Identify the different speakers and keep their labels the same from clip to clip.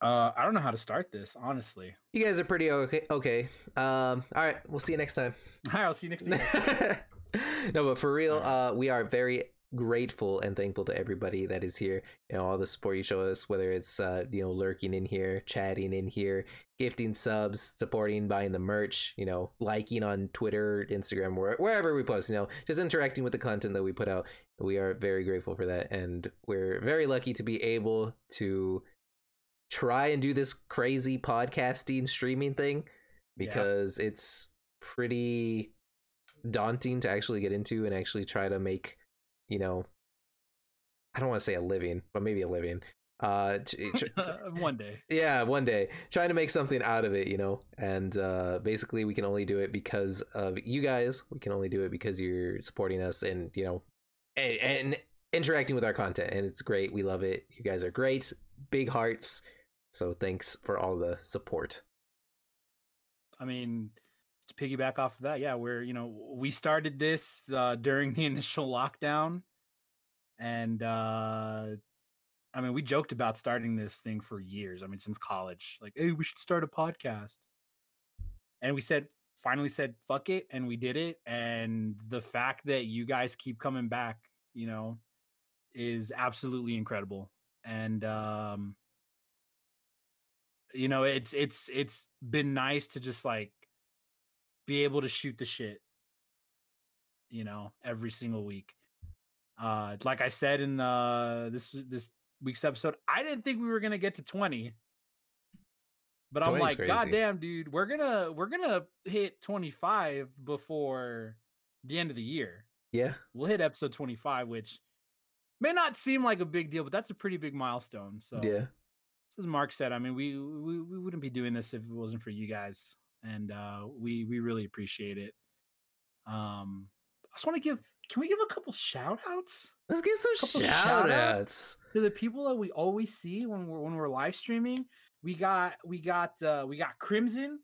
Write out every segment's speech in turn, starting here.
Speaker 1: Uh, I don't know how to start this, honestly.
Speaker 2: You guys are pretty okay. Okay. Um, all right. We'll see you next time.
Speaker 1: Hi, I'll see you next
Speaker 2: no,
Speaker 1: week.
Speaker 2: but for real, uh, we are very grateful and thankful to everybody that is here and all the support you show us, whether it's uh, you know lurking in here, chatting in here, gifting subs, supporting, buying the merch, you know, liking on Twitter, Instagram, where, wherever we post, you know, just interacting with the content that we put out. We are very grateful for that, and we're very lucky to be able to try and do this crazy podcasting streaming thing
Speaker 1: Yeah.
Speaker 2: because it's pretty daunting to actually get into and actually try to make you know i don't want to say a living but maybe a living uh t- tr-
Speaker 1: One day.
Speaker 2: yeah one day trying to make something out of it you know and uh basically we can only do it because of you guys we can only do it because you're supporting us and you know and, and interacting with our content and it's great we love it you guys are great big hearts so thanks for all the support
Speaker 1: I mean, to piggyback off of that, yeah, we're you know we started this uh, during the initial lockdown, and uh, I mean we joked about starting this thing for years. I mean since college, like hey, we should start a podcast, and we said finally said fuck it, and we did it. And the fact that you guys keep coming back, you know, is absolutely incredible. And um, you know it's it's it's been nice to just like be able to shoot the shit you know every single week uh like i said in uh this this week's episode i didn't think we were gonna get to 20 but i'm
Speaker 2: 20 is
Speaker 1: like
Speaker 2: crazy.
Speaker 1: god damn dude we're gonna we're gonna hit 25 before the end of the year
Speaker 2: yeah
Speaker 1: we'll hit episode 25 which may not seem like a big deal but that's a pretty big milestone so
Speaker 2: yeah
Speaker 1: as Mark said, I mean, we, we we wouldn't be doing this if it wasn't for you guys, and uh, we we really appreciate it. Um, I just want to give. Can we give a couple shout outs
Speaker 2: let's give some
Speaker 1: Couple
Speaker 2: shout outs
Speaker 1: shout-outs. to the people that we always see when we're when we're live streaming? We got we got uh, we got Crimson,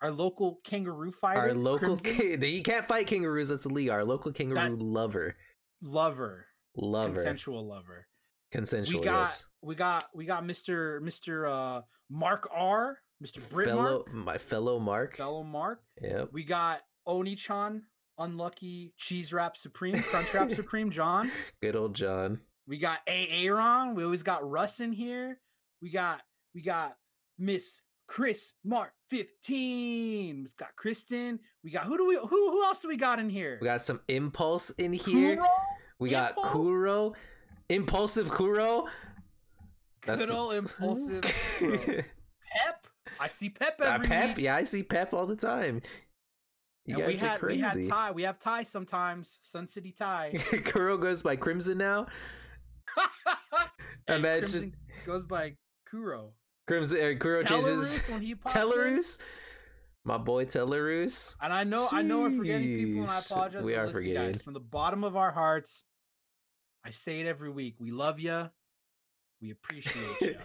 Speaker 1: our local kangaroo fighter,
Speaker 2: our local
Speaker 1: Crimson
Speaker 2: ki- you can't fight kangaroos that's illegal our local kangaroo
Speaker 1: That-
Speaker 2: lover
Speaker 1: lover,
Speaker 2: lover
Speaker 1: consensual lover.
Speaker 2: consensual
Speaker 1: we got
Speaker 2: yes.
Speaker 1: we got we got Mister Mister uh, Mark R, Mister Brit
Speaker 2: fellow
Speaker 1: Mark,
Speaker 2: my fellow mark
Speaker 1: fellow Mark.
Speaker 2: yep
Speaker 1: We got Oni-chan, Unlucky, Cheese Wrap Supreme, Crunch Wrap Supreme, John.
Speaker 2: good old john
Speaker 1: We got Aaron. We always got Russ in here. We got we got Miss Chris Mark 15. We've got Kristen. We got who do we who who else do we got in here?
Speaker 2: we got some impulse in here
Speaker 1: Kuro?
Speaker 2: we got
Speaker 1: Impulse?
Speaker 2: kuro impulsive kuro That's
Speaker 1: Good
Speaker 2: the-
Speaker 1: old impulsive Kuro. Pep. I see Pep
Speaker 2: Uh,
Speaker 1: every
Speaker 2: pep
Speaker 1: week.
Speaker 2: yeah i see pep all the time you
Speaker 1: and we
Speaker 2: guys are
Speaker 1: had we
Speaker 2: crazy
Speaker 1: had Ty. We have Ty sometimes. Sun City Ty.
Speaker 2: kuro goes by crimson now
Speaker 1: And
Speaker 2: Imagine-
Speaker 1: Crimson goes by Kuro.
Speaker 2: crimson er, kuro changes
Speaker 1: Telarus when he pops in.
Speaker 2: Tellerus, my boy Tellerus.
Speaker 1: And I know, I know, we're forgetting people, and I
Speaker 2: Sheesh.
Speaker 1: apologize.
Speaker 2: We
Speaker 1: but
Speaker 2: are
Speaker 1: listen,
Speaker 2: forgetting.
Speaker 1: guys, from the bottom of our hearts. I say it every week. We love you. We appreciate you.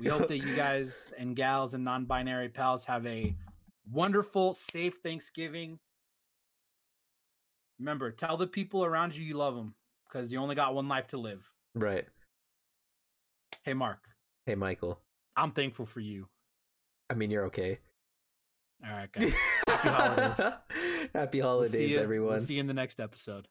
Speaker 1: We hope that you guys and gals and non-binary pals have a wonderful, safe Thanksgiving. Remember, tell the people around you you love them because you only got one life to live.
Speaker 2: right.
Speaker 1: Hey, Mark,
Speaker 2: Hey, Michael.
Speaker 1: I'm thankful for you.
Speaker 2: I mean, you're okay.
Speaker 1: All right, guys. holidays. We'll see
Speaker 2: Happy holidays,
Speaker 1: ya- we'll
Speaker 2: everyone.
Speaker 1: see you in the next episode.